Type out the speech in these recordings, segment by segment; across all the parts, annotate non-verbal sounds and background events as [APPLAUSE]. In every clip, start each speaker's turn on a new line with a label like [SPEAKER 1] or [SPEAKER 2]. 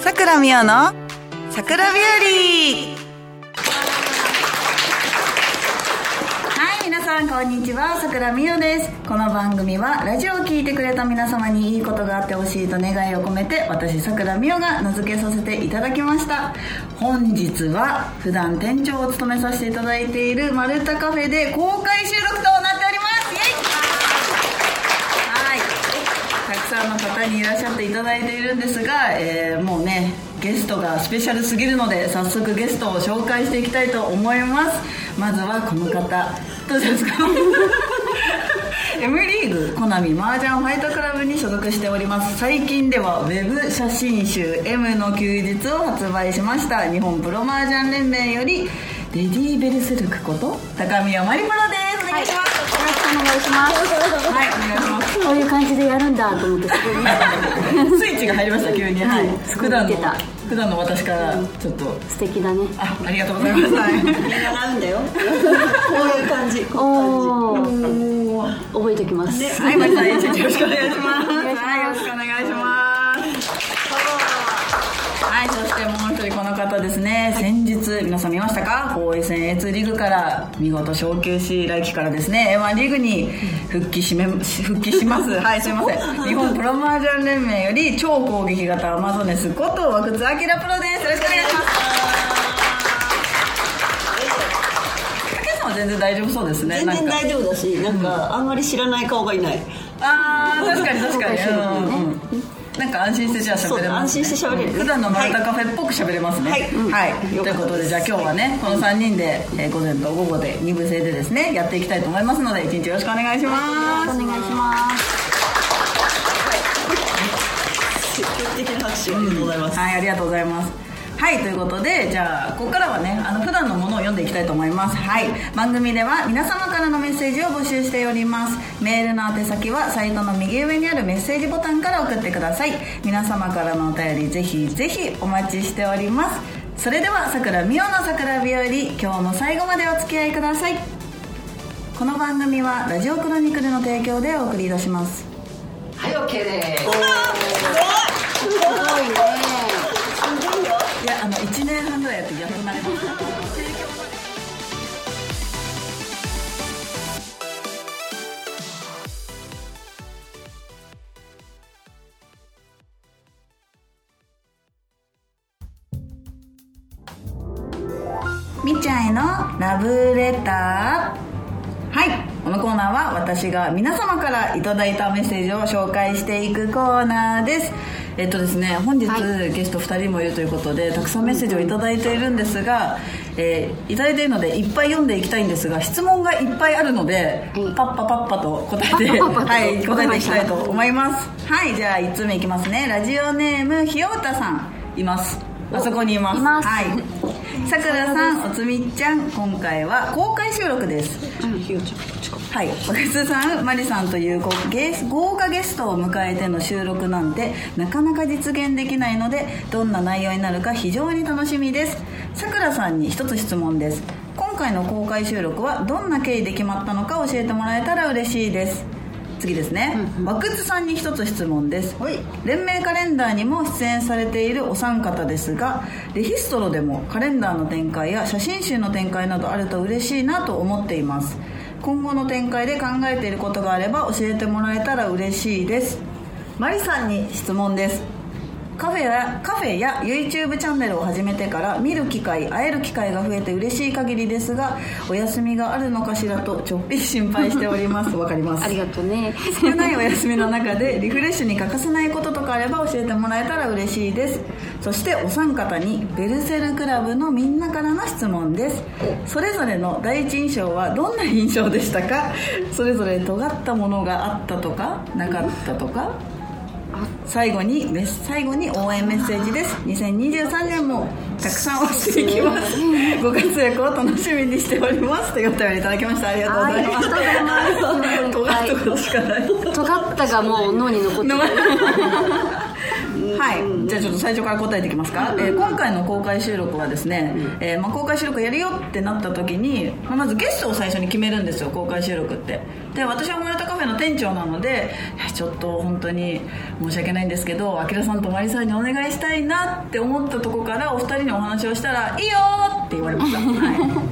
[SPEAKER 1] 桜美桜の桜ビューリーはい皆さんこんにちは桜美桜ですこの番組はラジオを聞いてくれた皆様にいいことがあってほしいと願いを込めて私桜美桜が名付けさせていただきました本日は普段店長を務めさせていただいているマルタカフェで公開収録となっておりますイエイはい、たくさんの方にいらっしゃっていただいているんですが、えーもうねゲストがスペシャルすぎるので早速ゲストを紹介していきたいと思いますまずはこの方どうですか [LAUGHS] M リーグコナミマージャンファイトクラブに所属しております最近ではウェブ写真集「M の休日」を発売しました日本プロマージャン連盟よりレディーベルセルクこと高宮まりプロですお願いします、
[SPEAKER 2] お願いします。
[SPEAKER 1] はい、お願いします
[SPEAKER 2] こういう感じでやるんだと思って、すご
[SPEAKER 1] [LAUGHS]
[SPEAKER 2] い。
[SPEAKER 1] スイッチが入りました急に、
[SPEAKER 2] は
[SPEAKER 1] はいい、
[SPEAKER 2] すごい
[SPEAKER 1] 普段
[SPEAKER 2] 見
[SPEAKER 1] の
[SPEAKER 2] てた
[SPEAKER 1] 普段の私からちょっと、
[SPEAKER 2] 素敵だね。
[SPEAKER 1] あありがとうございます、はい、
[SPEAKER 3] あるんだよこういう感じ
[SPEAKER 2] おお。
[SPEAKER 1] [LAUGHS]
[SPEAKER 2] 覚えておきます。
[SPEAKER 1] はい、まりさん一日よろしくお願いします
[SPEAKER 2] 願いします
[SPEAKER 1] はい、よろしくお願いしますはい、そしてもう一人この方ですね、先日皆さん見ましたか防衛戦 A2 リーグから見事昇級し来季からですね A1 リーグに復帰しめ復帰しますはいすいません日本プロマージャン連盟より超攻撃型アマゾネスこと和久津明プロですよろしくお願いします竹内さんは全然大丈夫そうですね
[SPEAKER 3] 全
[SPEAKER 1] なん
[SPEAKER 3] 然
[SPEAKER 1] か
[SPEAKER 3] 大丈夫だしなんかあんまり知らない顔がいない
[SPEAKER 1] あー確かに確かに、
[SPEAKER 2] そうか
[SPEAKER 1] うんうんなんか安心してじゃあ喋れます、ね、
[SPEAKER 3] そう安心して喋れる
[SPEAKER 1] 普段の丸太カフェっぽく喋れますね
[SPEAKER 3] はいうん
[SPEAKER 1] はいと
[SPEAKER 3] よ
[SPEAKER 1] いう
[SPEAKER 3] かったです
[SPEAKER 1] ことでじゃあ今日はねこの3人で、えー午前と午後で2部制でですねやっていきたいと思いますので一日よろしくお願いします
[SPEAKER 2] お願いします。
[SPEAKER 3] 積極的な拍手ありがとうございます、
[SPEAKER 1] はいありがとうございますはいということでじゃあここからはねあの普段のものを読んでいきたいと思いますはい番組では皆様からのメッセージを募集しておりますメールの宛先はサイトの右上にあるメッセージボタンから送ってください皆様からのお便りぜひぜひお待ちしておりますそれではさくらみおの桜日和今日も最後までお付き合いくださいこの番組は「ラジオクロニクル」の提供でお送りいたします
[SPEAKER 4] はい、OK です。
[SPEAKER 1] いやあの1年半ぐらいやってやっと慣れましたみちゃんへのラブレターはいこのコーナーは私が皆様からいただいたメッセージを紹介していくコーナーですえっとですね本日、
[SPEAKER 2] は
[SPEAKER 1] ゲスト2人もいるということでたくさんメッセージをいただいているんですが、えーいただいているのでいっぱい読んでいきたいんですが質問がいっぱいあるので、
[SPEAKER 2] はい
[SPEAKER 1] パッパパッパと答えて
[SPEAKER 2] パッパパッパと
[SPEAKER 1] はい答えていきたいと思いますはいじゃあ1つ目いきますねラジオネームひよたさんいますあそこにいます
[SPEAKER 2] います
[SPEAKER 1] はいさくらさんおつみちゃん今回は公開収録です
[SPEAKER 3] ひよちゃんこっちか
[SPEAKER 1] はい、おげつさん、まりさんという豪ゲス豪華ゲストを迎えての収録なんてなかなか実現できないのでどんな内容になるか非常に楽しみですさくらさんに一つ質問です今回の公開収録はどんな経緯で決まったのか教えてもらえたら嬉しいです次ですね、和久津さんに一つ質問です、連盟カレンダーにも出演されているお三方ですがレヒストロでもカレンダーの展開や写真集の展開などあると嬉しいなと思っています今後の展開で考えていることがあれば教えてもらえたら嬉しいですマリさんに質問ですカフェやカフェや YouTube チャンネルを始めてから見る機会会える機会が増えて嬉しい限りですがお休みがあるのかしらとちょっぴり心配しております [LAUGHS] わかります
[SPEAKER 2] ありがとうね。
[SPEAKER 1] 少ないお休みの中でリフレッシュに欠かせないこととかあれば教えてもらえたら嬉しいですそしてお三方にベルセルクラブのみんなからの質問ですそれぞれの第一印象はどんな印象でしたかそれぞれ尖ったものがあったとかなかったとか最後にメス最後に応援メッセージです2023年もたくさん押していきますご活躍を楽しみにしておりますというお便りいただきましたありがとうございます
[SPEAKER 2] はいありがとうござ
[SPEAKER 1] [LAUGHS] 尖
[SPEAKER 2] います
[SPEAKER 1] ったことしかない Ну,
[SPEAKER 2] 尖ったがもう脳に残ってる。
[SPEAKER 1] の
[SPEAKER 3] う
[SPEAKER 1] はい、じゃあちょっと最初から答えていきますか、えー今回の公開収録はですね、えーまあ、公開収録やるよってなった時に、まあまずゲストを最初に決めるんですよ公開収録ってで私は村田カフェの店長なのでいやちょっと本当に申し訳ないんですけどあきらさんとマリさんにお願いしたいなって思ったとこからお二人にお話をしたら「いいよ!」って言われました、は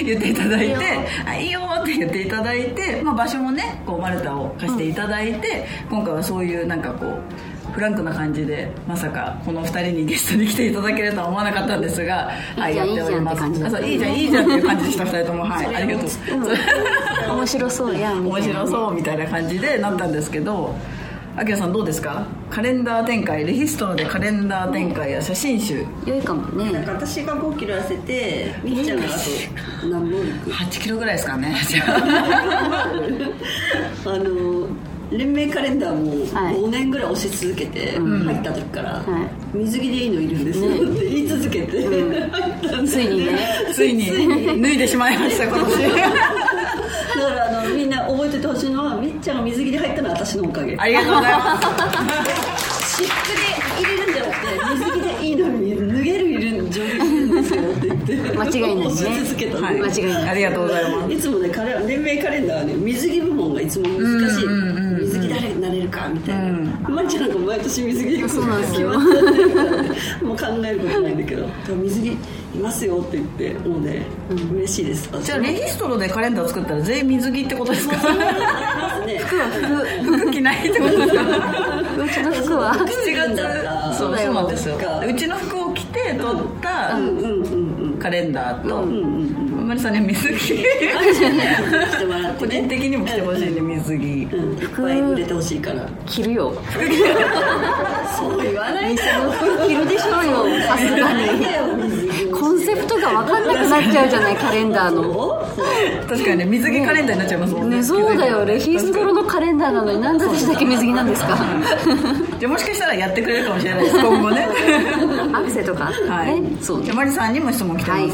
[SPEAKER 1] い、 [LAUGHS] 言っていただいて「あいいよ!」って言っていただいて、まあ、場所もねこうマルタを貸していただいて、今回はそういうなんかこうフランクな感じでまさかこの2人にゲストに来ていただけるとは思わなかったんですがはい
[SPEAKER 2] いじゃん
[SPEAKER 1] やっております
[SPEAKER 2] いいじゃんって感じだっ
[SPEAKER 1] あ
[SPEAKER 2] た
[SPEAKER 1] そういいじゃんいいじゃんっていう感じでした2人ともはいありがとう
[SPEAKER 2] 面白そうやんみた
[SPEAKER 1] 面
[SPEAKER 2] いな
[SPEAKER 1] 白そうみたいな感じでなったんですけどあきらさんどうですかカレンダー展開レヒストのでカレンダー展開や写真集
[SPEAKER 2] 良いかも
[SPEAKER 3] なんか
[SPEAKER 2] ね
[SPEAKER 3] 私が5キロ痩せてみっちゃんがあと何本いく
[SPEAKER 1] 8キロぐらいですか
[SPEAKER 2] [LAUGHS]
[SPEAKER 1] ね
[SPEAKER 3] あの連盟カレンダーも
[SPEAKER 2] はい
[SPEAKER 3] 5年ぐらい押し続けて、入った時から、
[SPEAKER 2] は
[SPEAKER 3] 水着でいいのいるんですよ、って [LAUGHS] 言い続けて、入ったんで
[SPEAKER 2] ついにね
[SPEAKER 1] ついに脱いでしまいました今
[SPEAKER 2] [LAUGHS]
[SPEAKER 1] 年
[SPEAKER 3] だからあのみんな覚えててほしいのはみっちゃんが水着で入ったのは私のおかげ
[SPEAKER 1] ありがとうございます
[SPEAKER 3] 湿布で入れるんじゃなくて水着でいいのに脱げるいる上手にいるんですよって言って
[SPEAKER 2] 間違いないね
[SPEAKER 3] 押し続けたの、
[SPEAKER 1] はい
[SPEAKER 2] 間違いない
[SPEAKER 1] ありがとうございます
[SPEAKER 3] いつもねカレン連盟カレンダーはね水着部門がいつも難しい、
[SPEAKER 1] うんうんうんうん
[SPEAKER 3] 水着誰になれるかみたいな、
[SPEAKER 1] うん
[SPEAKER 3] まりちゃんなんか毎年水着
[SPEAKER 2] そうなんですよ
[SPEAKER 3] 決まってるからねもう考えることないんだけどでも水着いますよって言ってもうね、嬉しいです
[SPEAKER 1] じゃあレヒストロでカレンダー作ったら全員水着ってことですか
[SPEAKER 3] ね
[SPEAKER 1] 服着ないってことですか
[SPEAKER 2] うわちの服は
[SPEAKER 3] 着るんだった
[SPEAKER 1] そうそうなんですよ
[SPEAKER 3] そうか
[SPEAKER 1] うちの服を着て撮った
[SPEAKER 3] うんうんうん
[SPEAKER 1] カレンダーと
[SPEAKER 3] うんうんうん
[SPEAKER 1] マリさんには水着
[SPEAKER 3] 来てもらって、ね、
[SPEAKER 1] 個人的にも着てほしいね水着
[SPEAKER 3] うん、いっぱい売れてほしいから
[SPEAKER 2] 着るよ
[SPEAKER 3] そう言わないで
[SPEAKER 2] 店の服着るでしょうよさすがにコンセプトが分かんなくなっちゃうじゃないカレンダーの
[SPEAKER 1] 確かにね水着カレンダーになっちゃいますもんね
[SPEAKER 2] ねそうだよレヒストロのカレンダーなのになんで私だけ水着なんですか
[SPEAKER 1] じゃあもしかしたらやってくれるかもしれないです今後ね
[SPEAKER 2] アクセとか
[SPEAKER 1] はい
[SPEAKER 2] ねそう
[SPEAKER 1] じゃあマリさんにも質問来てます
[SPEAKER 2] はい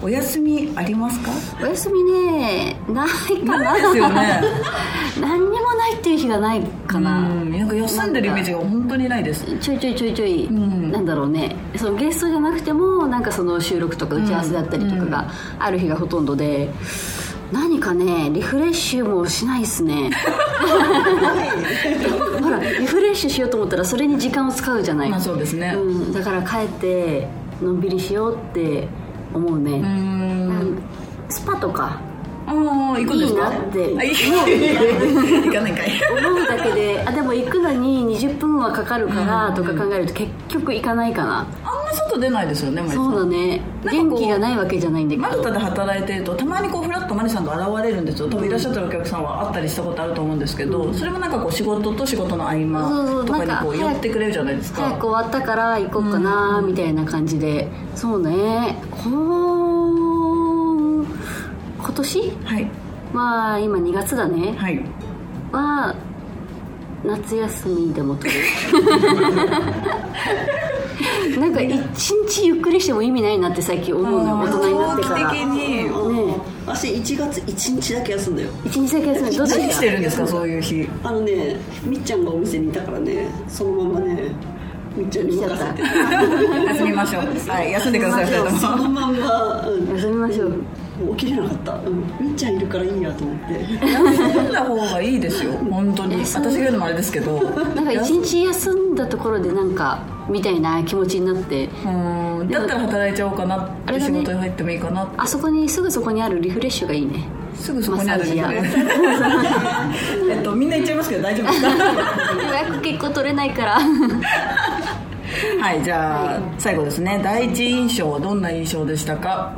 [SPEAKER 1] お休みありますか
[SPEAKER 2] お休みねないかな
[SPEAKER 1] ないですよね
[SPEAKER 2] [LAUGHS] 何にもないっていう日がないかな
[SPEAKER 1] うんなんか休んでるイメージが本当にないです
[SPEAKER 2] ちょいちょいちょいちょい、
[SPEAKER 1] ん
[SPEAKER 2] なんだろうねそのゲストじゃなくてもなんかその収録とか打ち合わせだったりとかがある日がほとんどで、何かねリフレッシュもしないっすね [LAUGHS] ほらリフレッシュしようと思ったらそれに時間を使うじゃない、
[SPEAKER 1] まあそうですね
[SPEAKER 2] うん、だから帰ってのんびりしようって思うね、
[SPEAKER 1] うーん
[SPEAKER 2] うんスパとか
[SPEAKER 1] ああ行くんですか
[SPEAKER 2] いいなって
[SPEAKER 1] あいい行かないんかい
[SPEAKER 2] 思うだけであでも行くのに20分はかかるからとか考えると結局行かないかな、
[SPEAKER 1] あんま外出ないですよねマリさ
[SPEAKER 2] そうんだね
[SPEAKER 1] なんか
[SPEAKER 2] 元
[SPEAKER 1] こう
[SPEAKER 2] 気がないわけじゃないんだけ
[SPEAKER 1] マル
[SPEAKER 2] ど
[SPEAKER 1] タで働いてるとたまにこうフラッとマリさんと現れるんですよ多分いらっしゃってるお客さんはあったりしたことあると思うんですけど、それもなんかこう仕事と仕事の合
[SPEAKER 2] そうそ
[SPEAKER 1] 間
[SPEAKER 2] う
[SPEAKER 1] とかに
[SPEAKER 2] なんか
[SPEAKER 1] こう寄ってくれるじゃないですか
[SPEAKER 2] 早く終わったから行こうかなみたいな感じで、そうねこう今年
[SPEAKER 1] はい
[SPEAKER 2] まあ今2月だね
[SPEAKER 1] はい
[SPEAKER 2] は夏休みでも取 [LAUGHS] るなんか一日ゆっくりしても意味ないなって最近思うの大人になってから
[SPEAKER 1] 長期的に
[SPEAKER 2] ね
[SPEAKER 3] 私1月1日だけ休んだよ
[SPEAKER 2] 一日だけ休みどっち
[SPEAKER 1] 何してるんですかそういう [LAUGHS] 日
[SPEAKER 3] あのねみっちゃんがお店にいたからねそのままねみっちゃんに任せて
[SPEAKER 1] 休みましょうはい休んでください2人
[SPEAKER 3] そ
[SPEAKER 1] と
[SPEAKER 3] の
[SPEAKER 1] も
[SPEAKER 3] まんま、うん
[SPEAKER 2] 休みましょう
[SPEAKER 3] もう起きれなかった、うん、みっちゃんいるからいいやと思って
[SPEAKER 1] 休んだ方がいいですよ本当に私が言うのもあれですけど
[SPEAKER 2] なんか一日休んだところでなんかみたいな気持ちになって
[SPEAKER 1] うんだったら働いちゃおうかな
[SPEAKER 2] あれだ
[SPEAKER 1] 仕
[SPEAKER 2] ね
[SPEAKER 1] 事に入ってもいいかなって
[SPEAKER 2] あそこにすぐそこにあるリフレッシュがいいね
[SPEAKER 1] すぐそこにあるんです
[SPEAKER 2] マッサー
[SPEAKER 1] ね [LAUGHS] えっとみんな言っちゃいますけど大丈夫ですか
[SPEAKER 2] [LAUGHS] 予約結構取れないから
[SPEAKER 1] はいじゃあ最後ですね第一印象はどんな印象でしたか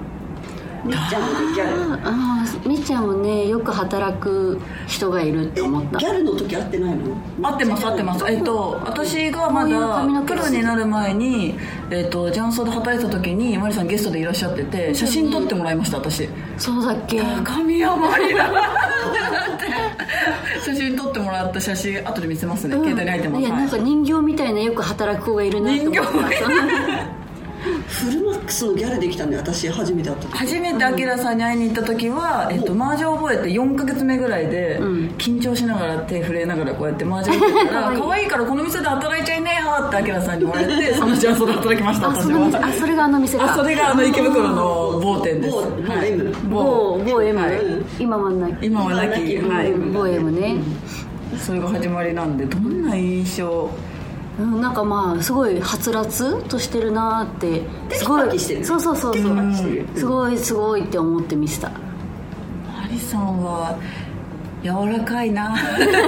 [SPEAKER 3] みっちゃんもねギャル
[SPEAKER 2] あーみっちゃんもねよく働く人がいるって思った
[SPEAKER 3] ギャルの時会ってないの
[SPEAKER 1] 合ってます合ってますえっと私がま
[SPEAKER 2] こういう髪の
[SPEAKER 1] だ
[SPEAKER 2] 毛
[SPEAKER 1] プロになる前にえっとジャンソーで働いてた時にマリさんゲストでいらっしゃってて写真撮ってもらいました私
[SPEAKER 2] そうだっけ
[SPEAKER 1] 神山りだなって
[SPEAKER 2] [LAUGHS]
[SPEAKER 1] 写真撮ってもらった写真後で見せますね、携帯に入ってます
[SPEAKER 2] いや
[SPEAKER 1] はい
[SPEAKER 2] なんか人形みたいなよく働く子がいるなと
[SPEAKER 1] 人
[SPEAKER 2] 思
[SPEAKER 1] 形
[SPEAKER 2] った
[SPEAKER 3] フルマックスのギャルできたんで私初めて会った時
[SPEAKER 1] 初めてアキラさんに会いに行った時は、えっと、麻雀覚えて4か月目ぐらいで、緊張しながら手震えながらこうやって麻雀覚えてたら可愛いからこの店で働いちゃいねえよってアキラさんに言われてそのチャンスで働きました
[SPEAKER 2] あそ
[SPEAKER 1] 私
[SPEAKER 2] の店
[SPEAKER 1] は
[SPEAKER 2] あそれがあの店か
[SPEAKER 1] あそれがあの池袋の某店です
[SPEAKER 3] 某某
[SPEAKER 1] はい
[SPEAKER 3] M
[SPEAKER 1] 某
[SPEAKER 2] 某某 M、
[SPEAKER 1] はい
[SPEAKER 2] 今はない
[SPEAKER 1] 今はなき
[SPEAKER 3] 今はな
[SPEAKER 1] はい
[SPEAKER 3] き
[SPEAKER 2] 某 M ね、
[SPEAKER 1] それが始まりなんでどんな印象
[SPEAKER 2] うん、なんかまあすごいはつらつとしてるなーってすご
[SPEAKER 3] テキパキ
[SPEAKER 2] い
[SPEAKER 3] してる
[SPEAKER 2] そうそうそう
[SPEAKER 3] テ
[SPEAKER 2] そ
[SPEAKER 3] キパキ
[SPEAKER 2] う
[SPEAKER 3] してる
[SPEAKER 2] すごいすごいって思って見せた
[SPEAKER 1] ハリさんは柔らかいな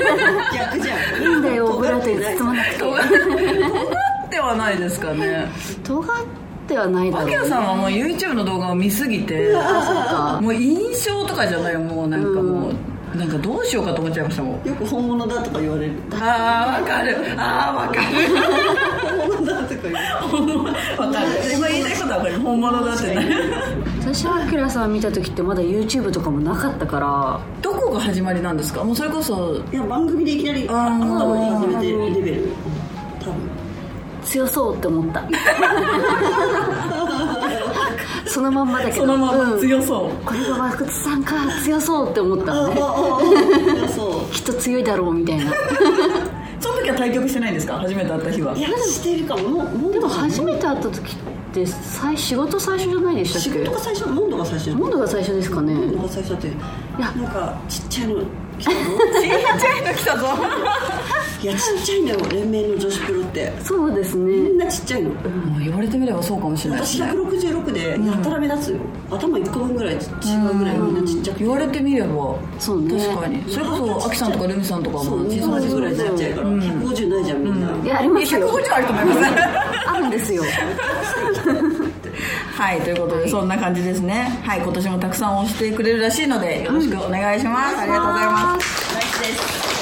[SPEAKER 1] [LAUGHS]
[SPEAKER 3] 逆じゃん
[SPEAKER 2] いいんだよオブラートに
[SPEAKER 3] [LAUGHS] 尖ってない
[SPEAKER 2] 包まなくて
[SPEAKER 3] [LAUGHS]
[SPEAKER 1] ではないですかね
[SPEAKER 2] 尖ってはないだろ
[SPEAKER 1] ア
[SPEAKER 2] う
[SPEAKER 1] キラさんはもう YouTube の動画を見すぎてもう印象とかじゃないもうなんかもう、なんかどうしようかと思っちゃいましたもん
[SPEAKER 3] よく本物だとか言われる
[SPEAKER 1] ああわかるああわかる
[SPEAKER 3] 本物だとか言われる
[SPEAKER 1] わかる今言いたいことはわかる本物だってね
[SPEAKER 2] 私はアキラさん見た時ってまだ YouTube とかもなかったから
[SPEAKER 1] どこが始まりなんですかもうそれこそ
[SPEAKER 3] いや番組でいきなり
[SPEAKER 1] あー
[SPEAKER 3] あったのに初めてレベル多分
[SPEAKER 2] 強そうって思った
[SPEAKER 3] [LAUGHS]
[SPEAKER 2] そのまんまだけど
[SPEAKER 1] そのまま
[SPEAKER 2] うん、
[SPEAKER 1] 強そう、
[SPEAKER 2] これが和久さんか強そうって思った
[SPEAKER 3] あ
[SPEAKER 2] の
[SPEAKER 3] あ
[SPEAKER 2] ね
[SPEAKER 3] あああそ
[SPEAKER 2] きっと強いだろうみたいな
[SPEAKER 1] その時は対局してないんですか初めて会った日は
[SPEAKER 3] ういやしてるかももうもう
[SPEAKER 2] でも初めて会った時って最仕事最初じゃないで
[SPEAKER 3] 仕
[SPEAKER 2] したっ
[SPEAKER 3] 事が最初モンドが最初
[SPEAKER 2] けモンドが最初ですかね
[SPEAKER 3] モンドが最初だって
[SPEAKER 2] や
[SPEAKER 3] なんかちっちゃいの来たの
[SPEAKER 1] ちっちゃいの来たぞ
[SPEAKER 3] いやちっちゃいのよ連盟の女子プロって
[SPEAKER 2] そうです
[SPEAKER 3] みん
[SPEAKER 2] ね
[SPEAKER 3] なちっちゃいの
[SPEAKER 1] もう言われてみればそうかもしれないです
[SPEAKER 3] 私
[SPEAKER 1] ね
[SPEAKER 3] 166でやたら目立つよ、頭1個分ぐらい違うぐらいみんなちっちゃくて
[SPEAKER 1] 言われてみれば
[SPEAKER 2] そうね
[SPEAKER 1] 確かにそれこそアキさんとかルミさんとかも
[SPEAKER 3] そう
[SPEAKER 1] 小
[SPEAKER 3] 同
[SPEAKER 1] さい
[SPEAKER 3] じぐらいになっちゃうから、150ないじゃんみんな、
[SPEAKER 2] いやありますよ
[SPEAKER 1] 150あると思いますね
[SPEAKER 2] あるんですよ
[SPEAKER 1] はいということでそんな感じですねはい今年もたくさん押してくれるらしいのでよろしくお願いします、ありがとうございます
[SPEAKER 3] ナイスです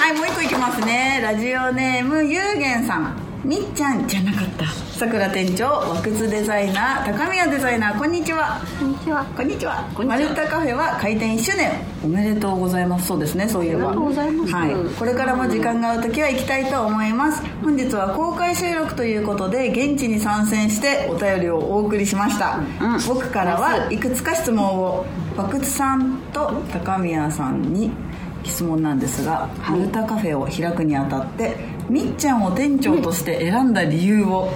[SPEAKER 1] はい、もう一個いきますね。ラジオネーム、ゆうげんさん。みっちゃんじゃなかった。さくら店長、和靴デザイナー、高宮デザイナー、こんにちは。
[SPEAKER 2] こんにちは
[SPEAKER 1] こんにちは。マルタカフェは開店1周年。おめでとうございます。そうですね、そういえば。
[SPEAKER 2] ありがとうございます
[SPEAKER 1] はい。これからも時間が合う時は行きたいと思います。本日は公開収録ということで、現地に参戦してお便りをお送りしました。
[SPEAKER 2] うん
[SPEAKER 1] 僕からはいくつか質問を、和靴さんと高宮さんに質問なんですが、マルタカフェを開くにあたって、みっちゃんを店長として選んだ理由を、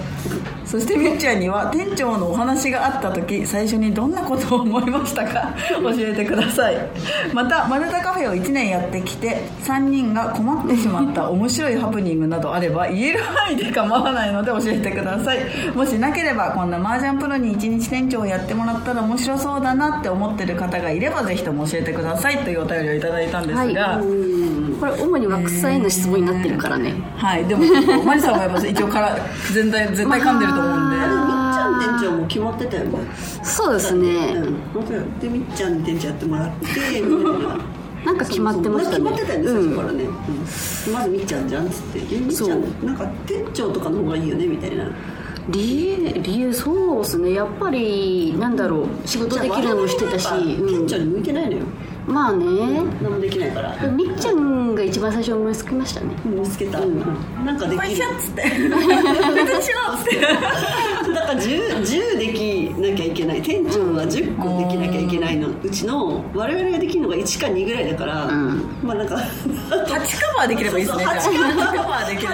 [SPEAKER 1] そしてみっちゃんには店長のお話があった時最初にどんなことを思いましたか [LAUGHS] 教えてくださいまた丸太カフェを1年やってきて3人が困ってしまった面白いハプニングなどあれば言える範囲で構わないので教えてくださいもしなければこんな麻雀プロに1日店長をやってもらったら面白そうだなって思ってる方がいればぜひとも教えてくださいというお便りをいただいたんですが、
[SPEAKER 2] はこれ主にワックスさんへの質問になってるからね
[SPEAKER 1] はい、でもちょっとマリさんはやっぱ一応から全体絶対噛んでると思うんで、
[SPEAKER 3] あれみっちゃん店長も決まってたよね
[SPEAKER 2] そうです
[SPEAKER 3] う
[SPEAKER 2] ね
[SPEAKER 3] ん本当よでみっちゃん店長やってもらってみたいな
[SPEAKER 2] なんか決まってましたね
[SPEAKER 3] そうそう決まってたよね、
[SPEAKER 2] うん
[SPEAKER 3] 最初からね、うんまずみっちゃんじゃんっつってえみっちゃんなんか店長とかの方がいいよねみたいな
[SPEAKER 2] 理由理由そうですねやっぱりなんだろう仕事できるのもしてたし、
[SPEAKER 3] じゃあ我々はやっぱ
[SPEAKER 2] うん
[SPEAKER 3] 店長に向いてないのよ、
[SPEAKER 2] まあね
[SPEAKER 3] 何もできないから
[SPEAKER 2] でもみっちゃんが一番最初思いつきましたね
[SPEAKER 3] 見つけた、 [LAUGHS] なんかで
[SPEAKER 1] これ
[SPEAKER 3] き
[SPEAKER 2] [LAUGHS]
[SPEAKER 1] し
[SPEAKER 3] る
[SPEAKER 1] よっ [LAUGHS] つって私しようっつって [LAUGHS]
[SPEAKER 3] なんか 10, 10できなきゃいけない店長が10個できなきゃいけないのうちの我々ができるのが1か2ぐらいだから、まあなんか
[SPEAKER 1] 8カバーできればいいですね
[SPEAKER 3] そうそう
[SPEAKER 1] じゃあ
[SPEAKER 3] 8
[SPEAKER 1] 8カバーできれ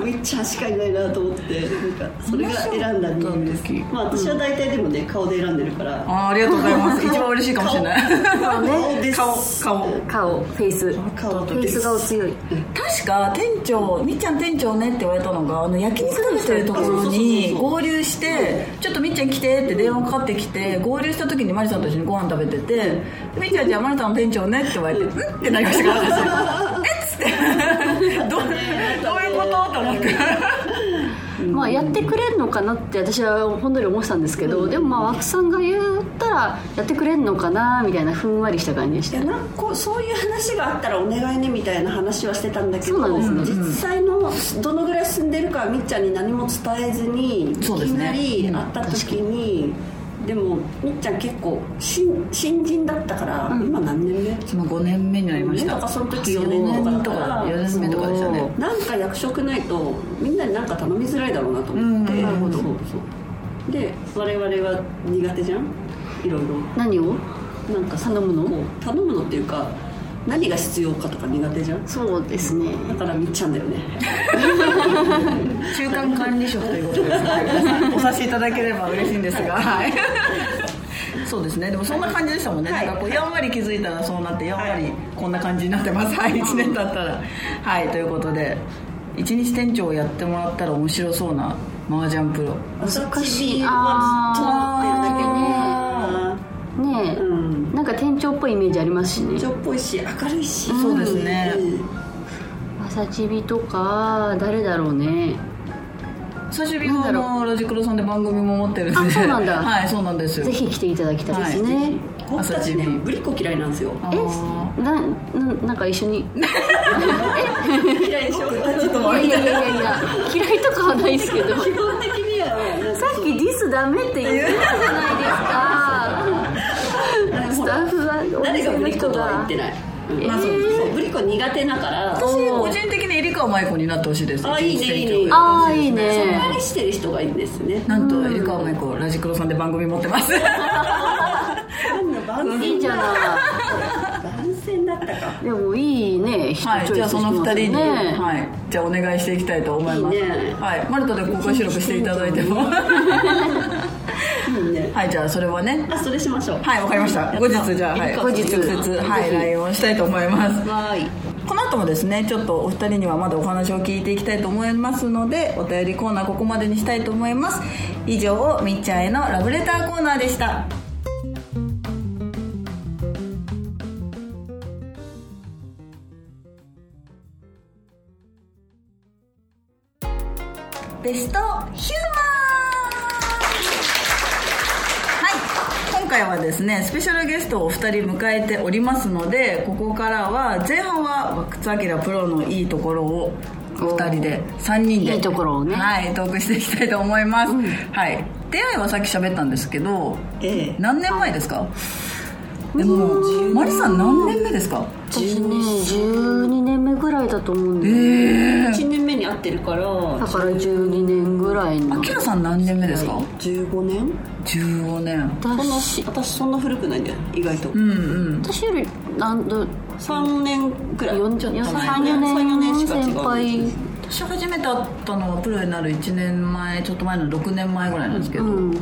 [SPEAKER 1] ば
[SPEAKER 3] めっちゃしかいないなと思ってなんかそれが選んだ理由で
[SPEAKER 1] 面白
[SPEAKER 3] す
[SPEAKER 1] かったんだ
[SPEAKER 3] まあ私は大体でもね顔で選んでるから、
[SPEAKER 1] あーありがとうござい
[SPEAKER 3] [LAUGHS]
[SPEAKER 1] ます一番嬉しいかもしれない
[SPEAKER 3] 顔です
[SPEAKER 1] 顔顔
[SPEAKER 2] 顔フェイスフ
[SPEAKER 3] 顔
[SPEAKER 2] ェイス顔強い
[SPEAKER 1] 確か店長みっちゃん店長ねって言われたのがあの焼肉食べてるところに合流して「ちょっとみっちゃん来て」って電話かかってきて合流した時にマリさんと一緒にご飯食べててで「みっちゃんじゃあマリさんの店長ね」って言われて「うん?」ってなりましたから私えっ?」つって
[SPEAKER 3] [LAUGHS]
[SPEAKER 1] どうどういうことと思って
[SPEAKER 2] まあやってくれるのかなって私は本当に思ってたんですけど、でもまあ枠さんが言ったらやってくれるのかなみたいなふんわりした感じでし
[SPEAKER 3] い
[SPEAKER 2] た
[SPEAKER 3] や
[SPEAKER 2] ね
[SPEAKER 3] なんかこうそういう話があったらお願いねみたいな話はしてたんだけ
[SPEAKER 2] そ
[SPEAKER 3] ど、
[SPEAKER 2] うなんですね
[SPEAKER 3] 実際のどのぐらい進んでるかはみっちゃんに何も伝えずにいき
[SPEAKER 1] そうですね
[SPEAKER 3] なり会った時に。でもみっちゃん結構新新人だったから、今何年目
[SPEAKER 1] 今5年目になりました
[SPEAKER 3] なんかその時四年
[SPEAKER 1] 4年
[SPEAKER 3] と
[SPEAKER 1] と
[SPEAKER 3] か
[SPEAKER 1] か
[SPEAKER 3] だから
[SPEAKER 1] 4年目とかでしたね
[SPEAKER 3] なんか役職ないとみんなになんか頼みづらいだろうなと思って、
[SPEAKER 1] うんなるほど
[SPEAKER 3] そうそうで我々は苦手じゃんいろいろ
[SPEAKER 2] 何を
[SPEAKER 3] なんかさ
[SPEAKER 2] 頼むの
[SPEAKER 3] こう頼むのっていうか何が必要かとか苦手じゃん
[SPEAKER 2] そうですね
[SPEAKER 3] だからみっちゃんだよね
[SPEAKER 1] 中間管理職ということですので皆さんお察しいただければ嬉しいんですが、はい、そうですねでもそんな感じでしたもんね、なんかこうやんわり気づいたらそうなってやんわりこんな感じになってますはい1年経ったらはいということで一日店長をやってもらったら面白そうな麻雀プロ
[SPEAKER 2] 難しい
[SPEAKER 3] あ
[SPEAKER 2] あ
[SPEAKER 3] ー
[SPEAKER 2] ねえ、
[SPEAKER 3] うん
[SPEAKER 2] なんか店長っぽいイメージありますしね
[SPEAKER 3] ちょっぽいし明るいし
[SPEAKER 1] そうですね
[SPEAKER 2] わさちびとか誰だろうね
[SPEAKER 1] 久しぶり
[SPEAKER 2] なんだろ
[SPEAKER 1] のラジクロさんで番組も持ってるんで
[SPEAKER 2] あそうなんだ
[SPEAKER 1] はいそうなんですよ
[SPEAKER 2] ぜひ来ていただきたいですね、
[SPEAKER 1] は
[SPEAKER 3] 僕たちね
[SPEAKER 1] 朝チビ
[SPEAKER 3] ぶりっ子嫌いなんですよ
[SPEAKER 1] あー
[SPEAKER 2] えなななんか一緒に
[SPEAKER 3] 嫌いでしょ僕たちと
[SPEAKER 2] い
[SPEAKER 3] も
[SPEAKER 2] やい
[SPEAKER 3] みた
[SPEAKER 2] や
[SPEAKER 3] い
[SPEAKER 2] いや
[SPEAKER 3] な
[SPEAKER 2] いや嫌いとかはないです
[SPEAKER 3] [LAUGHS]
[SPEAKER 2] けど
[SPEAKER 3] 基本的にはなんか
[SPEAKER 2] さっきディスダメって言ってたじゃない
[SPEAKER 3] [LAUGHS]
[SPEAKER 2] ですかスタッフは
[SPEAKER 3] 誰がぶりっ子とは言って
[SPEAKER 2] い
[SPEAKER 3] ない
[SPEAKER 2] えー
[SPEAKER 3] まあそうそうぶりっ子苦手だから
[SPEAKER 2] お
[SPEAKER 1] 私個人的に入川舞子になってほしいです
[SPEAKER 3] あーいいね
[SPEAKER 1] 一日店長
[SPEAKER 3] いいね
[SPEAKER 2] ああいい
[SPEAKER 3] そん
[SPEAKER 2] ね
[SPEAKER 3] なにしてる人がいいんですね
[SPEAKER 1] なんと入川舞子ラジクロさんで番組持ってます
[SPEAKER 3] 何の番
[SPEAKER 2] いいじゃな
[SPEAKER 3] 番宣だったか
[SPEAKER 2] いでもいいね人
[SPEAKER 1] はい
[SPEAKER 2] チョ
[SPEAKER 1] じ
[SPEAKER 2] イ
[SPEAKER 1] ゃあ
[SPEAKER 2] スして
[SPEAKER 1] その
[SPEAKER 2] ま
[SPEAKER 1] 2
[SPEAKER 2] す
[SPEAKER 1] 人に、
[SPEAKER 2] ね
[SPEAKER 1] はいじゃあお願いしていきたいと思います
[SPEAKER 3] いいね
[SPEAKER 1] はい、マルタで公開収録していただいても
[SPEAKER 3] いいね
[SPEAKER 1] はいじゃあそれはね
[SPEAKER 3] あそれしましょう
[SPEAKER 1] はいわかりました後日じゃあ、はい、
[SPEAKER 3] 後日
[SPEAKER 1] 直接はい
[SPEAKER 3] ぜひ
[SPEAKER 1] LINE をしたいと思います
[SPEAKER 3] はい
[SPEAKER 1] この後もですねちょっとお二人にはまだお話を聞いていきたいと思いますのでお便りコーナーここまでにしたいと思います以上みっちゃんへのラブレターコーナーでしたベストヒューマンはい今回はですねスペシャルゲストをお二人迎えておりますのでここからは前半は和久津明プロのいいところをお二人で3人で
[SPEAKER 2] いいところをね
[SPEAKER 1] はいトークしていきたいと思います、はい出会いはさっき喋ったんですけど
[SPEAKER 3] ええ
[SPEAKER 1] 何年前ですかでもマリさん何年目ですか
[SPEAKER 2] 私ね12年目ぐらいだと思うんだよね
[SPEAKER 3] 1年目に会ってるから
[SPEAKER 2] だから12年ぐらい
[SPEAKER 1] あ
[SPEAKER 2] の
[SPEAKER 1] きらさん何年目ですか
[SPEAKER 3] 15年
[SPEAKER 1] 15年
[SPEAKER 2] 私
[SPEAKER 3] 私そんな古くないんだよ意外と
[SPEAKER 1] うんうん
[SPEAKER 2] 私よりなんだ
[SPEAKER 3] 3年くらい
[SPEAKER 2] 4
[SPEAKER 3] ちょっ
[SPEAKER 2] 年
[SPEAKER 3] と前
[SPEAKER 2] 34
[SPEAKER 3] 34
[SPEAKER 2] 年
[SPEAKER 3] しか違
[SPEAKER 2] 先
[SPEAKER 3] う
[SPEAKER 2] 輩
[SPEAKER 1] 私初めて会ったのはプロになる1年前ちょっと前の6年前ぐらいなんですけど、
[SPEAKER 2] うんね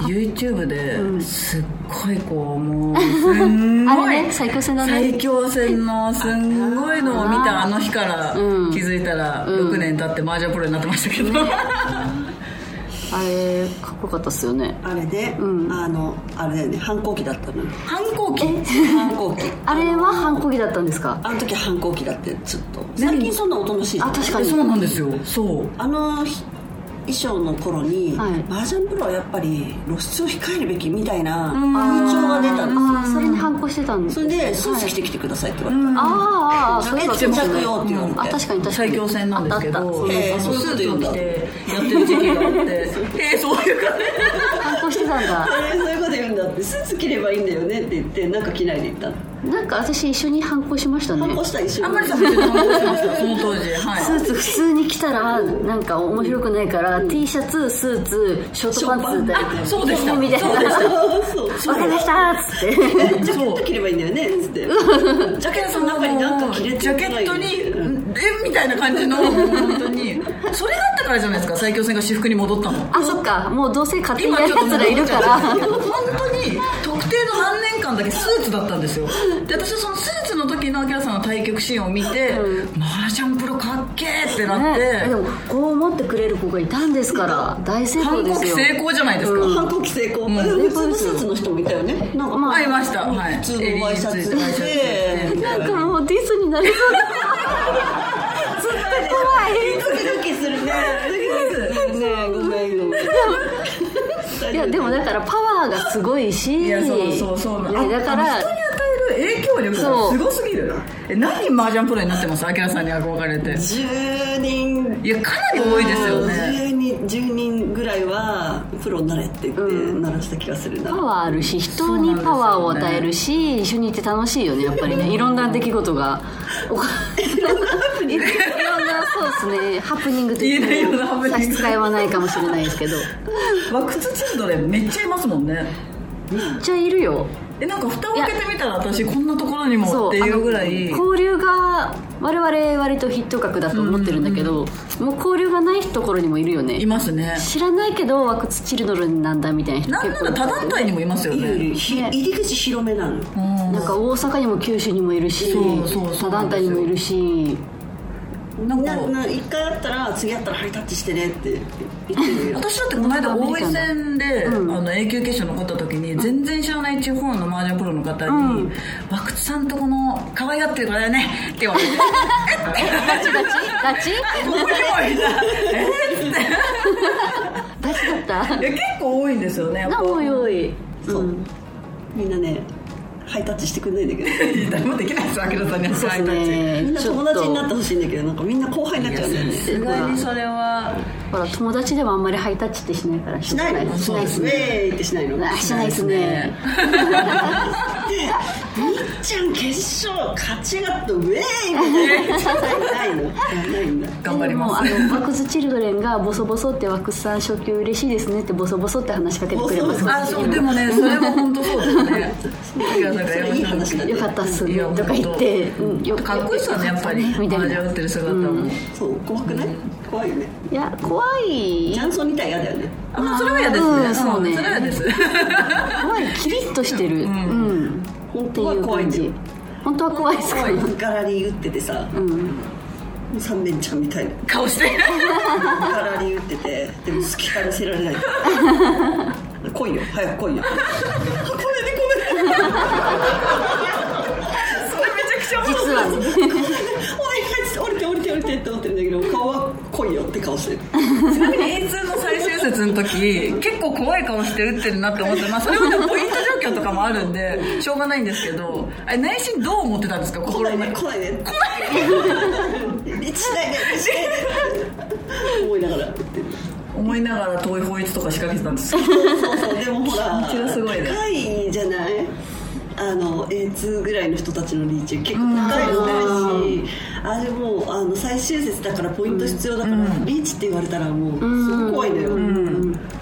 [SPEAKER 1] YouTube ですっごいこう
[SPEAKER 2] [LAUGHS]
[SPEAKER 1] もうすんごい
[SPEAKER 2] あれね最強戦だね
[SPEAKER 1] 最強戦のすんごいのを見たあの日から気
[SPEAKER 2] うん
[SPEAKER 1] づいたら6年経って麻雀プロになってましたけど、
[SPEAKER 2] あれかっこよかったっすよね
[SPEAKER 3] あれで、
[SPEAKER 2] うん
[SPEAKER 3] あのあれだよね反抗期だったのよ
[SPEAKER 1] [LAUGHS]
[SPEAKER 2] [LAUGHS]
[SPEAKER 1] 反抗期
[SPEAKER 3] 反抗期
[SPEAKER 2] あれは反抗期だったんですか
[SPEAKER 3] あの時反抗期だってちょっと最近そんなおとなしいじゃん
[SPEAKER 2] あ確かに
[SPEAKER 1] そうなんですよそう
[SPEAKER 3] あのひ衣装の頃に、
[SPEAKER 2] はい
[SPEAKER 3] 麻雀プロはやっぱり露出を控えるべきみたいな風潮が出たんで
[SPEAKER 2] あーそれに反抗してたんです
[SPEAKER 3] すよそれでスーツ着てきてくださいって言われた、
[SPEAKER 2] あーあー
[SPEAKER 3] ジ
[SPEAKER 2] そ
[SPEAKER 3] ャ
[SPEAKER 2] うい
[SPEAKER 3] ケ
[SPEAKER 2] うのそう
[SPEAKER 3] ット着
[SPEAKER 2] ですね
[SPEAKER 3] ようって言われて、
[SPEAKER 2] あ確かに確かに
[SPEAKER 1] 最強戦なんですけ
[SPEAKER 2] あったあった
[SPEAKER 1] ど
[SPEAKER 2] そう
[SPEAKER 3] へえ
[SPEAKER 1] あの
[SPEAKER 3] そういう
[SPEAKER 1] ス
[SPEAKER 3] こ
[SPEAKER 1] ーツ
[SPEAKER 3] と言
[SPEAKER 1] を
[SPEAKER 3] うんだ
[SPEAKER 1] 着てやってる時期が
[SPEAKER 2] [LAUGHS]
[SPEAKER 1] あってえーそういう感
[SPEAKER 2] 反抗してたんだ
[SPEAKER 3] えーそういうこと言うんだってスーツ着ればいいんだよねって言ってなんか着ないで行ったの
[SPEAKER 2] なんか私一緒に反抗しましたね
[SPEAKER 3] 反抗したら一
[SPEAKER 1] じ
[SPEAKER 3] 緒
[SPEAKER 1] あん
[SPEAKER 3] に
[SPEAKER 1] まりさせてもらってましたその当時はい
[SPEAKER 2] スーツ普通に着たらなんか面白くないから T シャツスーツショートパンツで
[SPEAKER 1] あそうでした
[SPEAKER 2] みたい
[SPEAKER 1] そうで
[SPEAKER 2] な
[SPEAKER 1] し
[SPEAKER 3] そう
[SPEAKER 2] わかりましたっつって
[SPEAKER 3] ジャケット着ればいいんだよねっつってジャケットの中になんか着れて
[SPEAKER 1] ジャケットに「うんえみたいな感じの本当にそれだったからじゃないですか最強戦が私服に戻ったの
[SPEAKER 2] あそっかもうどうせ勝手に
[SPEAKER 1] 今
[SPEAKER 2] やる
[SPEAKER 1] ちょっと
[SPEAKER 2] やつらいるか
[SPEAKER 1] 戻
[SPEAKER 2] ら
[SPEAKER 1] っちゃったんですけど本当に特定の何年間だけスーツだったんですよで私はそのスーツの時の明さんの対局シーンを見て麻雀プロかっけーってなっ
[SPEAKER 2] ね、で
[SPEAKER 1] て
[SPEAKER 2] もこう思ってくれる子がいたんですから大成
[SPEAKER 1] 反
[SPEAKER 2] 功で
[SPEAKER 1] 抗
[SPEAKER 2] す
[SPEAKER 1] 期
[SPEAKER 2] よ
[SPEAKER 1] 成功じゃないですか
[SPEAKER 3] 反抗期成功、
[SPEAKER 1] ん
[SPEAKER 3] 普通のスーツの人もいたよねなんか、
[SPEAKER 2] ま
[SPEAKER 1] ありましたはい
[SPEAKER 3] 普通のワイシャツ
[SPEAKER 1] ワイシャツ
[SPEAKER 3] で
[SPEAKER 2] なんかもうディスになりそうだ
[SPEAKER 1] [LAUGHS]
[SPEAKER 2] ずっと怖い
[SPEAKER 3] ドキドキするねドキドキするねえごめんごめん
[SPEAKER 2] いやでもだからパワーがすごいし
[SPEAKER 1] いやそうそうそうなの
[SPEAKER 2] いやだか
[SPEAKER 1] あの人に
[SPEAKER 2] ら
[SPEAKER 1] 与える影響力がすごすぎるえ何麻雀プロになってます明さんに憧れて
[SPEAKER 3] 10人
[SPEAKER 1] いやかなり多いですよね
[SPEAKER 3] 10人10人ぐらいはプロになれって言って鳴らした気がするな、
[SPEAKER 2] パワーあるし人に
[SPEAKER 1] [LAUGHS]
[SPEAKER 2] パワーを与えるし、一緒にいて楽しいよねやっぱりねいろんな出来事がおかいろんなそうですねハプニングと
[SPEAKER 1] 言えないようなハプニング
[SPEAKER 2] 差し支えはないかもしれないですけど
[SPEAKER 1] ワクツチルドレンめっちゃいますもんね
[SPEAKER 2] めっちゃいるよ
[SPEAKER 1] えなんか蓋を開けてみたら私こんなところにも
[SPEAKER 2] そ
[SPEAKER 1] って
[SPEAKER 2] あ
[SPEAKER 1] い
[SPEAKER 2] の
[SPEAKER 1] うぐらい
[SPEAKER 2] 交流が我々割と筆頭格だと思ってるんだけど、もう交流がないところにもいるよ
[SPEAKER 1] い
[SPEAKER 2] ね
[SPEAKER 1] ますね
[SPEAKER 2] 知らないけどワクツチルドレンなんだみたいな人
[SPEAKER 1] なんなら他団体にもいますよ
[SPEAKER 3] いるい
[SPEAKER 1] ね
[SPEAKER 3] るひ入り口広めなのよ
[SPEAKER 1] うん
[SPEAKER 2] なんか大阪にも九州にもいるし
[SPEAKER 1] そうそうそ
[SPEAKER 2] 他
[SPEAKER 1] うなん
[SPEAKER 2] 団
[SPEAKER 1] です
[SPEAKER 2] 体
[SPEAKER 1] よ
[SPEAKER 2] にもいるし
[SPEAKER 1] なん
[SPEAKER 3] な
[SPEAKER 1] か
[SPEAKER 3] な一回会ったら次会ったらハイタッチしてねって言ってるよ
[SPEAKER 1] 私だってこの間大井戦で、あの A 級決勝残った時に全然知らない地方の麻雀プロの方に「博打さんとこの可愛がってる子だよね」って言われて
[SPEAKER 2] [LAUGHS] ガチガチガ
[SPEAKER 1] 「
[SPEAKER 2] チ
[SPEAKER 1] 面白いな」
[SPEAKER 2] ガチだった
[SPEAKER 1] いや結構多いんですよねやっぱ
[SPEAKER 2] なおいおい
[SPEAKER 3] そう、みんなねハイタッチしてくんないんだけど
[SPEAKER 1] 誰もできないです明田さんには
[SPEAKER 2] そう
[SPEAKER 1] 会いたいし
[SPEAKER 2] です
[SPEAKER 3] みん
[SPEAKER 2] ね
[SPEAKER 3] な友達になってほしいんだけどなんかみんな後輩になっちゃうんだよね
[SPEAKER 1] 意外にそれは
[SPEAKER 2] ほら友達でもあんまりハイタッチってしないからし
[SPEAKER 3] しないの
[SPEAKER 2] しないです
[SPEAKER 3] ウェ
[SPEAKER 2] ね
[SPEAKER 3] ーイってしないの
[SPEAKER 2] あしないですね
[SPEAKER 3] みっちゃん決勝勝ち上がったウェーイみたいなないのないんだ
[SPEAKER 1] 頑張ります
[SPEAKER 2] でもあのワクスチルドレンがボソボソってワクスさん初級嬉しいですねってボソボソって話しかけてくれます
[SPEAKER 1] あそうでもねそれも本当そうですね明田さんがやりましょう
[SPEAKER 3] それいい話だね
[SPEAKER 2] よかったっす
[SPEAKER 1] い
[SPEAKER 2] ね
[SPEAKER 1] や
[SPEAKER 2] とか言って、
[SPEAKER 1] 本
[SPEAKER 2] うんよ
[SPEAKER 1] 当かっこいいっすよねやっぱり麻
[SPEAKER 2] みたい
[SPEAKER 1] 雀
[SPEAKER 2] な
[SPEAKER 1] 打ってる姿
[SPEAKER 2] う
[SPEAKER 1] も
[SPEAKER 2] ん
[SPEAKER 3] そう怖くない怖いよね
[SPEAKER 2] いや怖い
[SPEAKER 3] ジャンソンみたい嫌だよね
[SPEAKER 1] あまあそれは嫌です
[SPEAKER 2] う
[SPEAKER 1] ね
[SPEAKER 2] んそうね
[SPEAKER 1] んそれは嫌です
[SPEAKER 2] 怖いキリッとしてるうん、
[SPEAKER 3] 本
[SPEAKER 2] って
[SPEAKER 3] 当はい怖
[SPEAKER 2] う
[SPEAKER 3] い
[SPEAKER 2] 感
[SPEAKER 3] んだよ
[SPEAKER 2] じ本当は怖いですか
[SPEAKER 1] 怖い
[SPEAKER 3] ガラリー打っててさ、三面ちゃんみたいな
[SPEAKER 1] 顔して
[SPEAKER 2] [LAUGHS]
[SPEAKER 3] ガラリー打っててでも隙間見せられない来いよ早く来いよ
[SPEAKER 1] それめちゃくちゃ面白い [LAUGHS]
[SPEAKER 2] 実はね
[SPEAKER 3] おい降りて降りて降りてって思ってるんだけど顔は来いよって顔してる
[SPEAKER 1] ちなみに A2 の最終節の時結構怖い顔して打ってるなって思ってまあそれはねポイント状況とかもあるんでしょうがないんですけどあれ内心どう思ってたんですか
[SPEAKER 3] 来
[SPEAKER 1] 心
[SPEAKER 3] ない
[SPEAKER 1] の
[SPEAKER 3] ね
[SPEAKER 1] 中
[SPEAKER 3] 来ないね来ないねしないねしないね思いながら打ってる
[SPEAKER 1] 思いながら遠い方一とか仕掛けてたんですよ
[SPEAKER 3] そうそうでもほら
[SPEAKER 1] 気持ちがすごいね
[SPEAKER 3] 高いじゃないあの A2 ぐらいの人たちのリーチ結構高いのないしあれもうあの最終節だからポイント必要だから、リーチって言われたらもうすごい怖いのよ、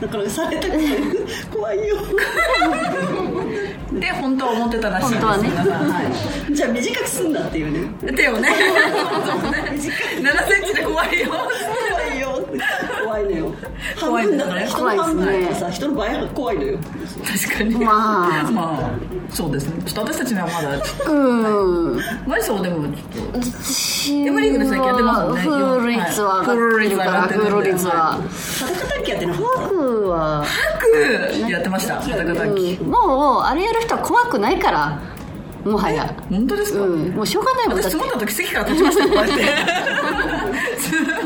[SPEAKER 3] だからされたくない怖いよ
[SPEAKER 1] で本当は思ってたらしいんです
[SPEAKER 2] 本当はね
[SPEAKER 1] 皆さんはい
[SPEAKER 3] じゃあ短くすんだっていうね
[SPEAKER 1] 手をね7センチで怖いよ
[SPEAKER 3] 怖いよ怖いのよ
[SPEAKER 1] 怖いんだね
[SPEAKER 3] 半分だから人の半分だ
[SPEAKER 2] 怖
[SPEAKER 3] から
[SPEAKER 2] いです
[SPEAKER 3] さ人の倍は怖いのよ
[SPEAKER 1] 確かに
[SPEAKER 2] まあ
[SPEAKER 1] まあそうですねちょっと私たちにはまだちょっ
[SPEAKER 2] うん
[SPEAKER 1] とマリソーでもちょっと
[SPEAKER 2] 私
[SPEAKER 1] エブリングで最近やってますもんね
[SPEAKER 2] フル率は上がってるから
[SPEAKER 1] はい
[SPEAKER 2] フル率は
[SPEAKER 3] 裸卓球やってるの
[SPEAKER 2] 僕は
[SPEAKER 1] くやってました裸
[SPEAKER 2] う
[SPEAKER 1] 抱き
[SPEAKER 2] んもうあれやる人は怖くないからもはや
[SPEAKER 1] 本当ですか、
[SPEAKER 2] うんもうしょうがないもんだ
[SPEAKER 1] 私
[SPEAKER 2] って
[SPEAKER 1] 積
[SPEAKER 2] も
[SPEAKER 1] もった時席から立ちましたよこうやって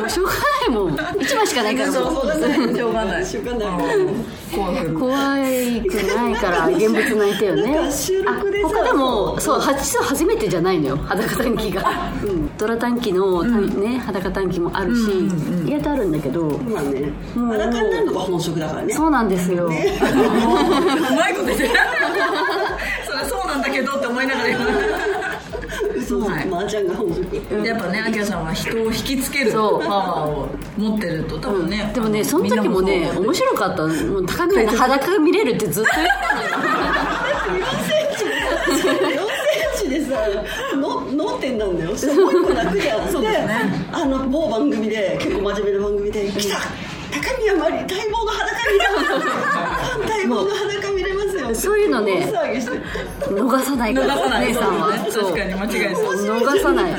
[SPEAKER 2] [LAUGHS] うしょうがないもん一枚しかない [LAUGHS] からもう
[SPEAKER 1] そうですねしょうがない
[SPEAKER 3] しょうがない
[SPEAKER 1] うん怖くない
[SPEAKER 2] 怖くないから現物泣いたよね
[SPEAKER 3] なんか収録でさ
[SPEAKER 2] あ他でもそうは実は初めてじゃないのよ裸短期が、 [LAUGHS] うん、ドラ短期の、ね裸短期もあるし、意外とあるんだけど、
[SPEAKER 3] まあね裸になるのが本職だからね
[SPEAKER 2] そうなんですよ、
[SPEAKER 1] うまいこと言ってる [LAUGHS] そりゃそうなんだけどって思いながら言わ
[SPEAKER 3] そう
[SPEAKER 1] はい
[SPEAKER 3] 麻雀が本職
[SPEAKER 1] ないやっぱねあきらさんは人を引きつけるパ
[SPEAKER 2] そう
[SPEAKER 1] ワーを持ってると多分ね、
[SPEAKER 2] でもねその時もね
[SPEAKER 1] みんな
[SPEAKER 2] 面白かったもう高
[SPEAKER 1] [LAUGHS]
[SPEAKER 2] 倉の裸が見れるってずっと言ってたのよ
[SPEAKER 3] 4センチでさの脳天なんだよすごい子楽じゃんそうですねあの某番組で結構真面目な番組で「来た高宮まり待望の裸見た待望の裸見れますよ」って
[SPEAKER 2] そういうのね
[SPEAKER 3] 大騒ぎして
[SPEAKER 2] 逃さないから
[SPEAKER 1] 逃さない
[SPEAKER 2] 姉さんは
[SPEAKER 1] そうね確かに間違いない
[SPEAKER 2] そう逃さない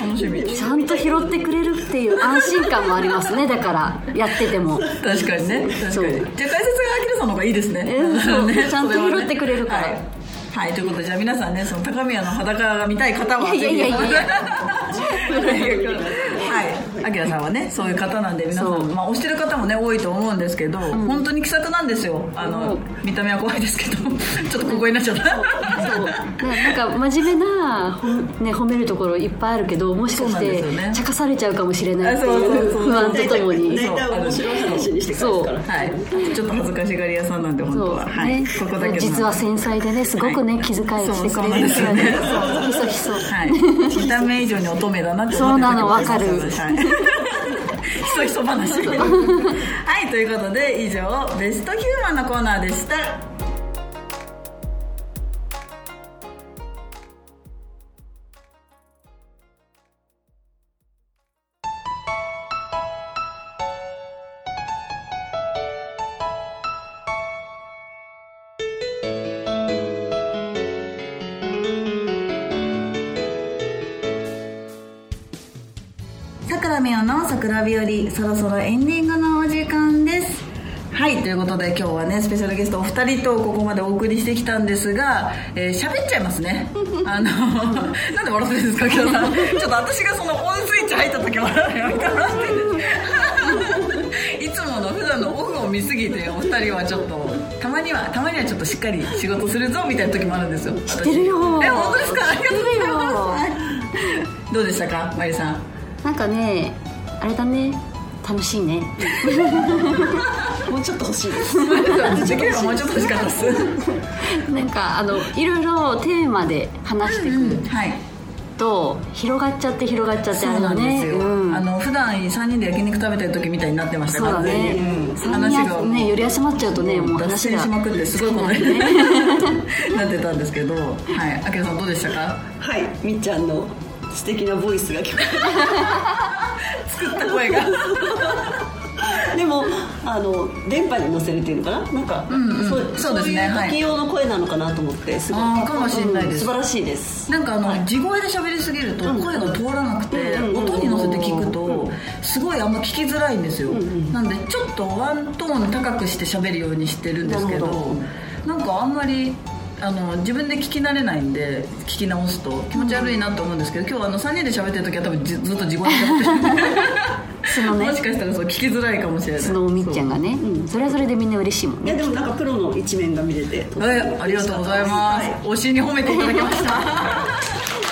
[SPEAKER 1] 楽しみ
[SPEAKER 2] ちゃんと拾ってくれるっていう安心感もありますねだからやってても
[SPEAKER 1] 確かにね確かにじ
[SPEAKER 2] そう
[SPEAKER 1] ゃあ解説があきらさんの方がいいですね,、
[SPEAKER 2] うんそう
[SPEAKER 1] ね
[SPEAKER 2] ちゃんと
[SPEAKER 1] それはね
[SPEAKER 2] 拾ってくれるから
[SPEAKER 1] はい、はいということでじゃあ皆さんねその高宮の裸が見たい方はい
[SPEAKER 2] やいやいやいや
[SPEAKER 1] はい、あきらさんはねそういう方なんで皆さ、
[SPEAKER 2] そうん
[SPEAKER 1] まあ、推してる方もね多いと思うんですけど、本当に気さくなんですよあの、
[SPEAKER 2] うん
[SPEAKER 1] 見た目は怖いですけどちょっと小声になっちゃった
[SPEAKER 2] ねなんか真面目な、ほんね、褒めるところいっぱいあるけどもしか
[SPEAKER 1] そ
[SPEAKER 2] し
[SPEAKER 1] うなんで
[SPEAKER 2] て
[SPEAKER 1] すよね
[SPEAKER 2] 茶化されちゃうかもしれないってい
[SPEAKER 1] あそう
[SPEAKER 2] う
[SPEAKER 1] そうそう
[SPEAKER 2] 不安とともに
[SPEAKER 3] 大体面白い話にして返すから
[SPEAKER 1] はい、ちょっと恥ずかしがり屋さんなんで本当
[SPEAKER 2] そう
[SPEAKER 1] は、は
[SPEAKER 2] ね
[SPEAKER 1] い、ここだけの
[SPEAKER 2] 実は繊細でねすごくね、気遣いをしてくれるんですよね
[SPEAKER 1] そうそうなん
[SPEAKER 2] ひそひそ
[SPEAKER 1] はい、見た目以上に乙女だなって思ってたけど
[SPEAKER 2] そうなのわかる
[SPEAKER 1] そうそうはい [LAUGHS] ひそひそ
[SPEAKER 2] [LAUGHS]
[SPEAKER 1] 話はいということで以上ベストヒューマンのコーナーでしたさくらみおの桜日和そろそろエンディングのお時間ですはいということで今日はねスペシャルゲストお二人とここまでお送りしてきたんですが喋、えー、喋っちゃいますねあのなんで笑ってるんですか今日さんちょっと私がそのオンスイッチ入った時笑うのやめてもらっていつもの普段のオフを見すぎてお二人はちょっとたまにはたまにはちょっとしっかり仕事するぞみたいな時もあるんですよ知って
[SPEAKER 2] るよ
[SPEAKER 1] え本当ですかありがとうございます
[SPEAKER 2] 知
[SPEAKER 1] はいどうでしたかマリさん
[SPEAKER 2] なんかねあれだね楽しいね
[SPEAKER 3] もうちょっと欲し
[SPEAKER 1] [LAUGHS]
[SPEAKER 3] いです
[SPEAKER 1] できればもうちょっと欲しかったです。
[SPEAKER 2] なんかあのいろいろテーマで話してくる
[SPEAKER 1] はい。
[SPEAKER 2] と、広がっちゃって広がっちゃって
[SPEAKER 1] そ
[SPEAKER 2] あ
[SPEAKER 1] う
[SPEAKER 2] れ
[SPEAKER 1] な
[SPEAKER 2] だ
[SPEAKER 1] んで
[SPEAKER 2] ね
[SPEAKER 1] すよ。
[SPEAKER 2] うん
[SPEAKER 1] あの普段三人で焼肉食べてる時みたいになってました
[SPEAKER 2] そう
[SPEAKER 1] から
[SPEAKER 2] だね
[SPEAKER 1] 完全にうん
[SPEAKER 2] 三人
[SPEAKER 1] 話
[SPEAKER 2] や
[SPEAKER 1] が
[SPEAKER 2] ね寄り集まっちゃうとねもう
[SPEAKER 1] 脱
[SPEAKER 2] 話
[SPEAKER 1] 線
[SPEAKER 2] が
[SPEAKER 1] しまくってすごいことに [LAUGHS]
[SPEAKER 2] 尽きないね
[SPEAKER 1] なってたんですけど、はい。あけるさんどうでしたか？ [LAUGHS]
[SPEAKER 3] はいみっちゃんの素敵なボイスが聞こ
[SPEAKER 1] 作った声が。
[SPEAKER 3] えたでもあの電波に乗せれてるのかななんか、そう
[SPEAKER 1] そうですね
[SPEAKER 3] そういう時用の声なのかなと思ってすごい
[SPEAKER 1] あーかもしれないです
[SPEAKER 3] 素晴らしいです
[SPEAKER 1] なんかあの、地声で喋りすぎると声が通らなくて、
[SPEAKER 3] うんうん
[SPEAKER 1] 音に乗せて聞くとすごいあんま聞きづらいんですよ、なんでちょっとワントーン高くして喋るようにしてるんですけど
[SPEAKER 3] なるほ
[SPEAKER 1] なんかあんまりあの自分で聞き慣れないんで聞き直すと気持ち悪いなと思うんですけど今日あの3人で喋ってる時は多分じずっと地声で喋って
[SPEAKER 3] [LAUGHS]
[SPEAKER 2] その
[SPEAKER 1] る
[SPEAKER 2] ね
[SPEAKER 1] もしかしたらそう聞きづらいかもしれない
[SPEAKER 2] そのみっちゃんがねうんそれはそれでみんな嬉しいもん
[SPEAKER 3] い
[SPEAKER 2] ね
[SPEAKER 3] やでもなんかプロの一面が見れてとても
[SPEAKER 1] はい、ありがとうございます。
[SPEAKER 3] は
[SPEAKER 1] 推しに褒めていただきました。 [LAUGHS]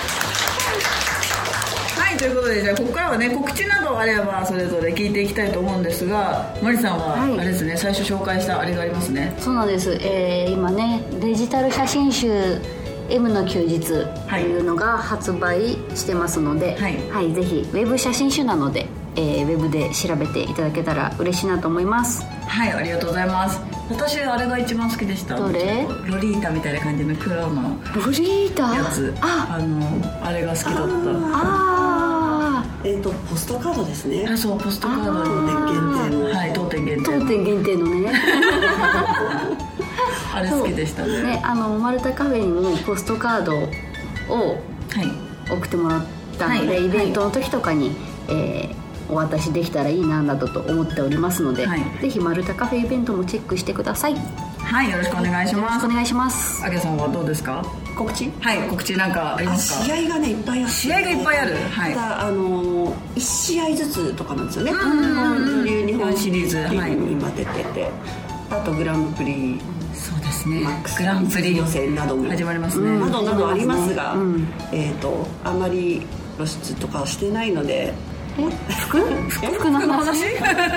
[SPEAKER 1] はい、ということで、じゃあ、ここからはね、告知などあれば、それぞれ聞いていきたいと思うんですが。マリさんは、
[SPEAKER 2] はい
[SPEAKER 1] あれですね、最初紹介したあれがありますね。
[SPEAKER 2] そうなんです、えー今ねデジタル写真集「M の休日」というのが発売してますので、
[SPEAKER 1] はい
[SPEAKER 2] ぜひウェブ写真集なので、えーウェブで調べていただけたら嬉しいなと思います
[SPEAKER 1] はい、ありがとうございます。私、あれが一番好きでした。
[SPEAKER 2] どれ
[SPEAKER 1] ロリータみたいな感じの黒の
[SPEAKER 2] ロリータ
[SPEAKER 1] やつ。
[SPEAKER 2] あ
[SPEAKER 1] あの、あれが好きだっ
[SPEAKER 2] あ
[SPEAKER 3] いえっ、とポストカードですね
[SPEAKER 1] た。あ、そう、ポストカード
[SPEAKER 3] 当
[SPEAKER 1] の。
[SPEAKER 3] 店限定の
[SPEAKER 1] はい、当店限
[SPEAKER 2] ー当
[SPEAKER 1] 定。
[SPEAKER 2] 店限定のね
[SPEAKER 1] あれ好きでしたね。
[SPEAKER 2] ねあの丸太カフェにもポストカードを
[SPEAKER 1] はい。
[SPEAKER 2] 送ってもらったので、
[SPEAKER 1] はい
[SPEAKER 2] イベントの時とかに、えーお渡しできたらいいななどと思っておりますので、
[SPEAKER 1] はい
[SPEAKER 2] ぜひ丸太カフェイベントもチェックしてくださいよ
[SPEAKER 1] はい、よろしくお願いし
[SPEAKER 2] ろ
[SPEAKER 1] ま
[SPEAKER 2] し
[SPEAKER 1] す
[SPEAKER 2] くお。願いします
[SPEAKER 1] あけさんはどうですか
[SPEAKER 3] 告知
[SPEAKER 1] はい告知なんかありま
[SPEAKER 3] あ
[SPEAKER 1] す
[SPEAKER 3] 試
[SPEAKER 1] か
[SPEAKER 3] 合がねいっぱいあって
[SPEAKER 1] 試合がいっぱいあるはい
[SPEAKER 3] またあの1試合ずつとかなんですよねいう日本シリーズ
[SPEAKER 1] はい
[SPEAKER 3] に今出ててあとグランプリ
[SPEAKER 1] そうですね
[SPEAKER 3] マックス
[SPEAKER 1] グランプリ
[SPEAKER 3] 予選なども
[SPEAKER 1] 始まりますね、
[SPEAKER 3] などなどありますが、
[SPEAKER 2] うん
[SPEAKER 3] えっ、とあまり露出とかしてないので
[SPEAKER 2] え服服の
[SPEAKER 1] 服の
[SPEAKER 2] 話
[SPEAKER 1] 話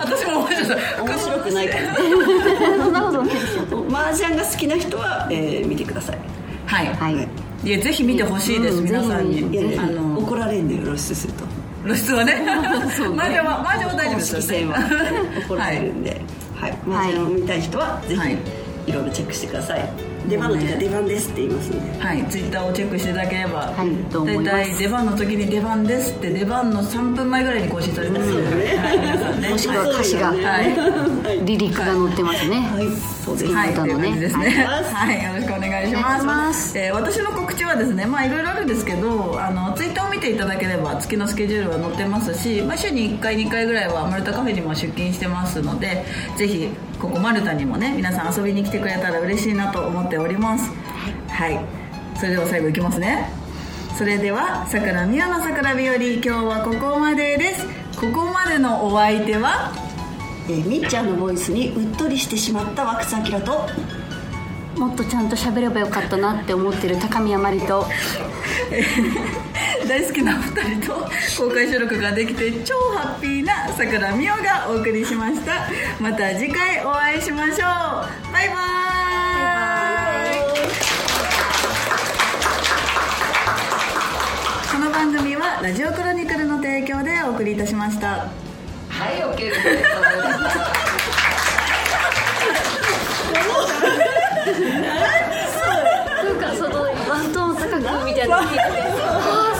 [SPEAKER 1] 私も思い出した
[SPEAKER 3] 面白くないから
[SPEAKER 2] そんなことない
[SPEAKER 3] 麻雀が好きな人は、えー見てください
[SPEAKER 1] はい、
[SPEAKER 2] はい
[SPEAKER 3] はい
[SPEAKER 1] い、やぜひ見てほしいです、
[SPEAKER 2] うん
[SPEAKER 1] 皆さん
[SPEAKER 2] ぜひ
[SPEAKER 1] に
[SPEAKER 2] 見
[SPEAKER 3] いやね
[SPEAKER 1] あの
[SPEAKER 3] 怒られんね露出すると
[SPEAKER 1] 露出はねマージャンはマージャンは大丈夫ですよ
[SPEAKER 3] 公式戦
[SPEAKER 1] ね
[SPEAKER 3] は怒られるんで、はいマージャンを見たい人はぜ
[SPEAKER 1] はい
[SPEAKER 3] ひいろいろチェックしてください、出番の時は出番ですって言いますんで
[SPEAKER 1] はい、ツイッターをチェックしていただければ、
[SPEAKER 2] はいと思
[SPEAKER 1] 大
[SPEAKER 2] います
[SPEAKER 1] 体出番の時に出番ですって出番の3分前ぐらいに更新されてますので、はい皆さんね
[SPEAKER 2] もしくは歌詞が、
[SPEAKER 3] そうですよね
[SPEAKER 2] はい、リリックが載ってますね、
[SPEAKER 3] はいそうです
[SPEAKER 1] はい、
[SPEAKER 2] 歌
[SPEAKER 1] という
[SPEAKER 2] のね
[SPEAKER 1] 感じですね。はい、よろしくお願いします。
[SPEAKER 2] お願いします
[SPEAKER 1] えー私の告知はですね、まあいろいろあるんですけど、あのツイッターを見ていただければ月のスケジュールは載ってますし、まあ週に1回2回ぐらいはマルタカフェにも出勤してますので、ぜひここマルタにもね、皆さん遊びに来てくれたら嬉しいなと思っております。はい、それでは最後いきますね。それではさくらみやのさくら日和今日はここまでです。ここまでのお相手は
[SPEAKER 3] えーみっちゃんのボイスにうっとりしてしまった和久明と
[SPEAKER 2] もっとちゃんと喋ればよかったなって思ってる高宮まりと
[SPEAKER 1] 大好きなお二人と公開収録ができて超ハッピーなさくらみおがお送りしましたまた次回お会いしましょうバイバイこの番組は「ラジオクロニクル」の提供でお送りいたしました
[SPEAKER 4] はい OK
[SPEAKER 2] [LAUGHS]
[SPEAKER 4] です
[SPEAKER 2] なんかそのワントーン高くみたいなああ